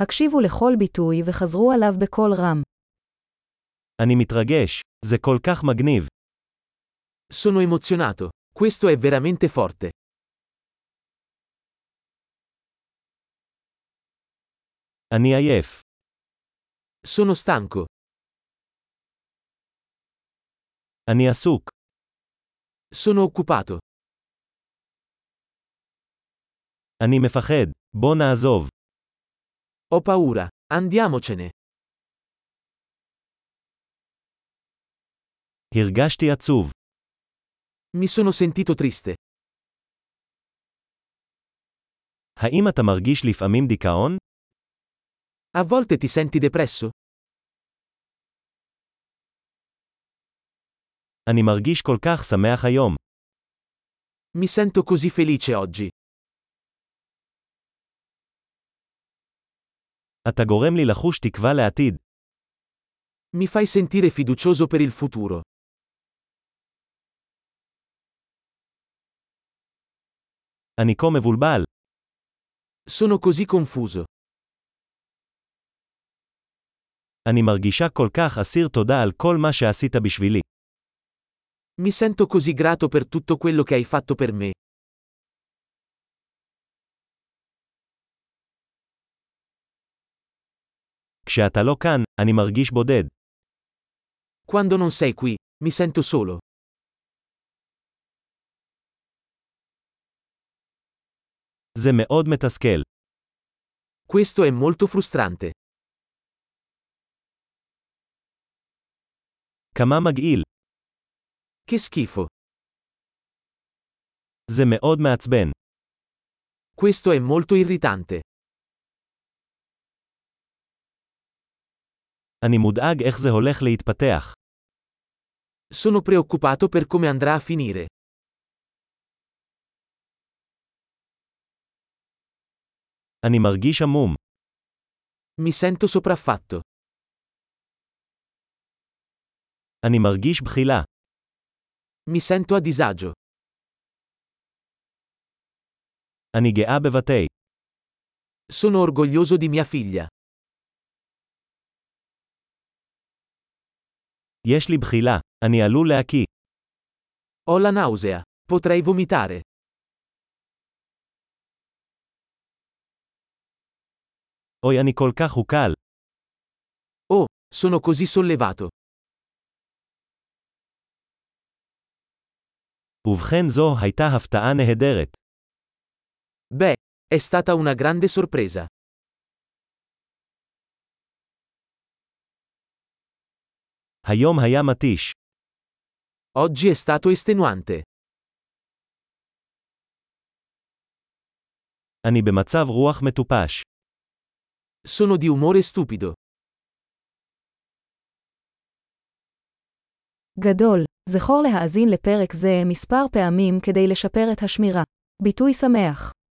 הקשיבו לכל ביטוי וחזרו עליו בקול רם. אני מתרגש, זה כל כך מגניב. Sono emozionato. Questo è veramente forte. אני עייף. Sono stanco. אני עסוק. Sono occupato. אני מפחד. בוא נעזוב. Ho paura. Andiamocene. הרגשתי עצוב. Mi sono sentito triste. האם אתה מרגיש לפעמים דיכאון? A volte ti senti depresso? אני מרגיש כל כך שמח היום. Mi sento così felice oggi. אתה גורם לי לחוש תקווה לעתיד. Mi fai sentire fiducioso per il futuro. אני כה מבולבל. Sono così confuso. אני מרגישה כל כך אסיר תודה על כל מה שעשית בשבילי. Mi sento così grato per tutto quello che hai fatto per me. כשאתה לא כאן, אני מרגיש בודד. Quando non sei qui, mi sento solo. זה מאוד מתסכל. Questo è molto frustrante. כמה מגעיל. Che schifo. זה מאוד מעצבן. Questo è molto irritante. אני מודאג איך זה הולך להתפתח. Sono preoccupato per come andrà a finire. אני מרגיש עמום. Mi sento sopraffatto. אני מרגיש בחילה. Mi sento a disagio. אני גאה בבתי. Sono orgoglioso di mia figlia. יש לי בחילה. אני עלול להקיא. Ho la nausea. Potrei vomitare. אוי, אני כל כך הוקל. Sono così sollevato. ובכן זו הייתה הפתעה נהדרת. Beh, è stata una grande sorpresa. היום היה מתיש. Oggi è stato estenuante. אני במצב רוח מטופש. Sono di umore stupido. גדול, זכור להאזין לפרק זה מספר פעמים כדי לשפר את השמירה. ביטוי שמח